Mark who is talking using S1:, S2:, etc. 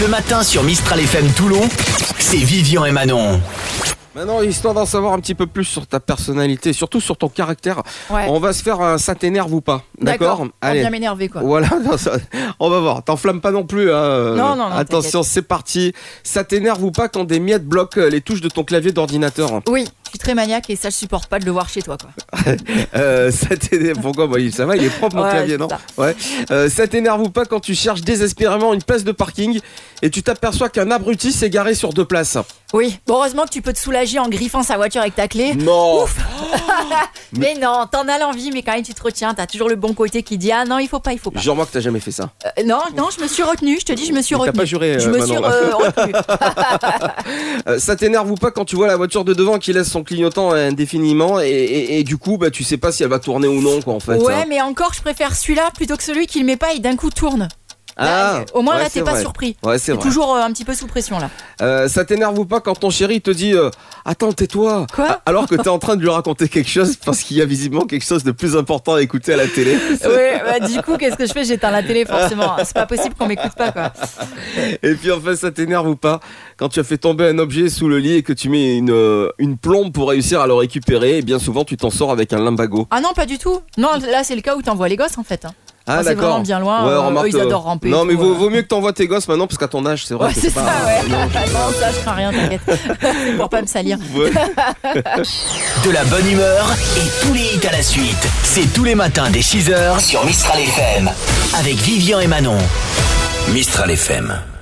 S1: Le matin sur Mistral FM Toulon, c'est Vivian et Manon.
S2: Maintenant, histoire d'en savoir un petit peu plus sur ta personnalité, surtout sur ton caractère,
S3: Ouais.
S2: on va se faire un ça t'énerve ou pas. D'accord
S3: On
S2: Allez.
S3: vient m'énerver quoi.
S2: Voilà, non, ça- on va voir. T'enflamme pas non plus. hein, euh,
S3: Non, non, non,
S2: Attention, c'est parti. Ça t'énerve ou pas quand des miettes bloquent euh, les touches de ton clavier d'ordinateur hein.
S3: Oui, je suis très maniaque et ça je supporte pas de le voir chez toi quoi.
S2: Euh, Ça t'énerve. Pourquoi Bah, il- Ça va, il est propre mon
S3: Ouais,
S2: clavier,
S3: c'est
S2: non
S3: ça.
S2: Ouais. Euh, ça t'énerve ou pas quand tu cherches désespérément une place de parking et tu t'aperçois qu'un abruti s'est garé sur deux places
S3: Oui, bon, heureusement que tu peux te soulager en griffant sa voiture avec ta clé.
S2: Non
S3: Mais non, t'en as l'envie, mais quand même tu te retiens, t'as toujours le bon côté qui dit ah non il faut pas, il faut pas.
S2: Jure-moi que t'as jamais fait ça.
S3: Euh, non, non, je me suis retenue, je te dis, je me suis
S2: Mais T'as
S3: retenue.
S2: pas juré,
S3: je
S2: euh,
S3: me
S2: Manon,
S3: suis
S2: là.
S3: euh, retenue.
S2: Euh, ça t'énerve ou pas quand tu vois la voiture de devant qui laisse son clignotant indéfiniment et, et- et du coup bah tu sais pas si elle va tourner ou non quoi en fait.
S3: ouais,
S2: hein.
S3: mais encore, je préfère celui-là plutôt que celui qui le met pas et d'un coup tourne. Là, euh, au moins
S2: Ah. ouais,
S3: là,
S2: c'est
S3: t'es pas
S2: vrai.
S3: surpris.
S2: Ouais c'est
S3: T'es
S2: vrai.
S3: toujours euh, un petit peu sous pression là.
S2: Euh, ça t'énerve ou pas quand ton chéri te dit euh, attends tais-toi
S3: Quoi
S2: A- alors que t'es en train de lui raconter quelque chose parce qu'il y a visiblement quelque chose de plus important à écouter à la télé.
S3: ouais, bah, du coup, qu'est-ce que je fais J'éteins la télé forcément. C'est pas possible qu'on m'écoute pas quoi.
S2: Et puis enfin ça t'énerve ou pas quand tu as fait tomber un objet sous le lit et que tu mets une euh, une plombe pour réussir à le récupérer et bien souvent tu t'en sors avec un limbago.
S3: Ah non, pas du tout. Non, là, c'est le cas où t'envoies les gosses en fait. hein.
S2: Ah
S3: Quand c'est vraiment bien loin.
S2: Ouais,
S3: euh,
S2: remarque,
S3: eux, ils
S2: euh,
S3: adorent ramper. et
S2: Non, mais
S3: tout,
S2: vaut,
S3: euh.
S2: vaut mieux que t'envoies tes gosses maintenant, parce qu'à ton âge, c'est vrai.
S3: Ouais,
S2: que
S3: c'est
S2: pas-
S3: ça, ouais. non, ça, je crains rien, t'inquiète. C'est pour pas me salir.
S2: Ouais.
S1: De la bonne humeur et tous les hits à la suite. C'est tous les matins dès 6h sur Mistral FM. Avec Vivian et Manon. Mistral FM.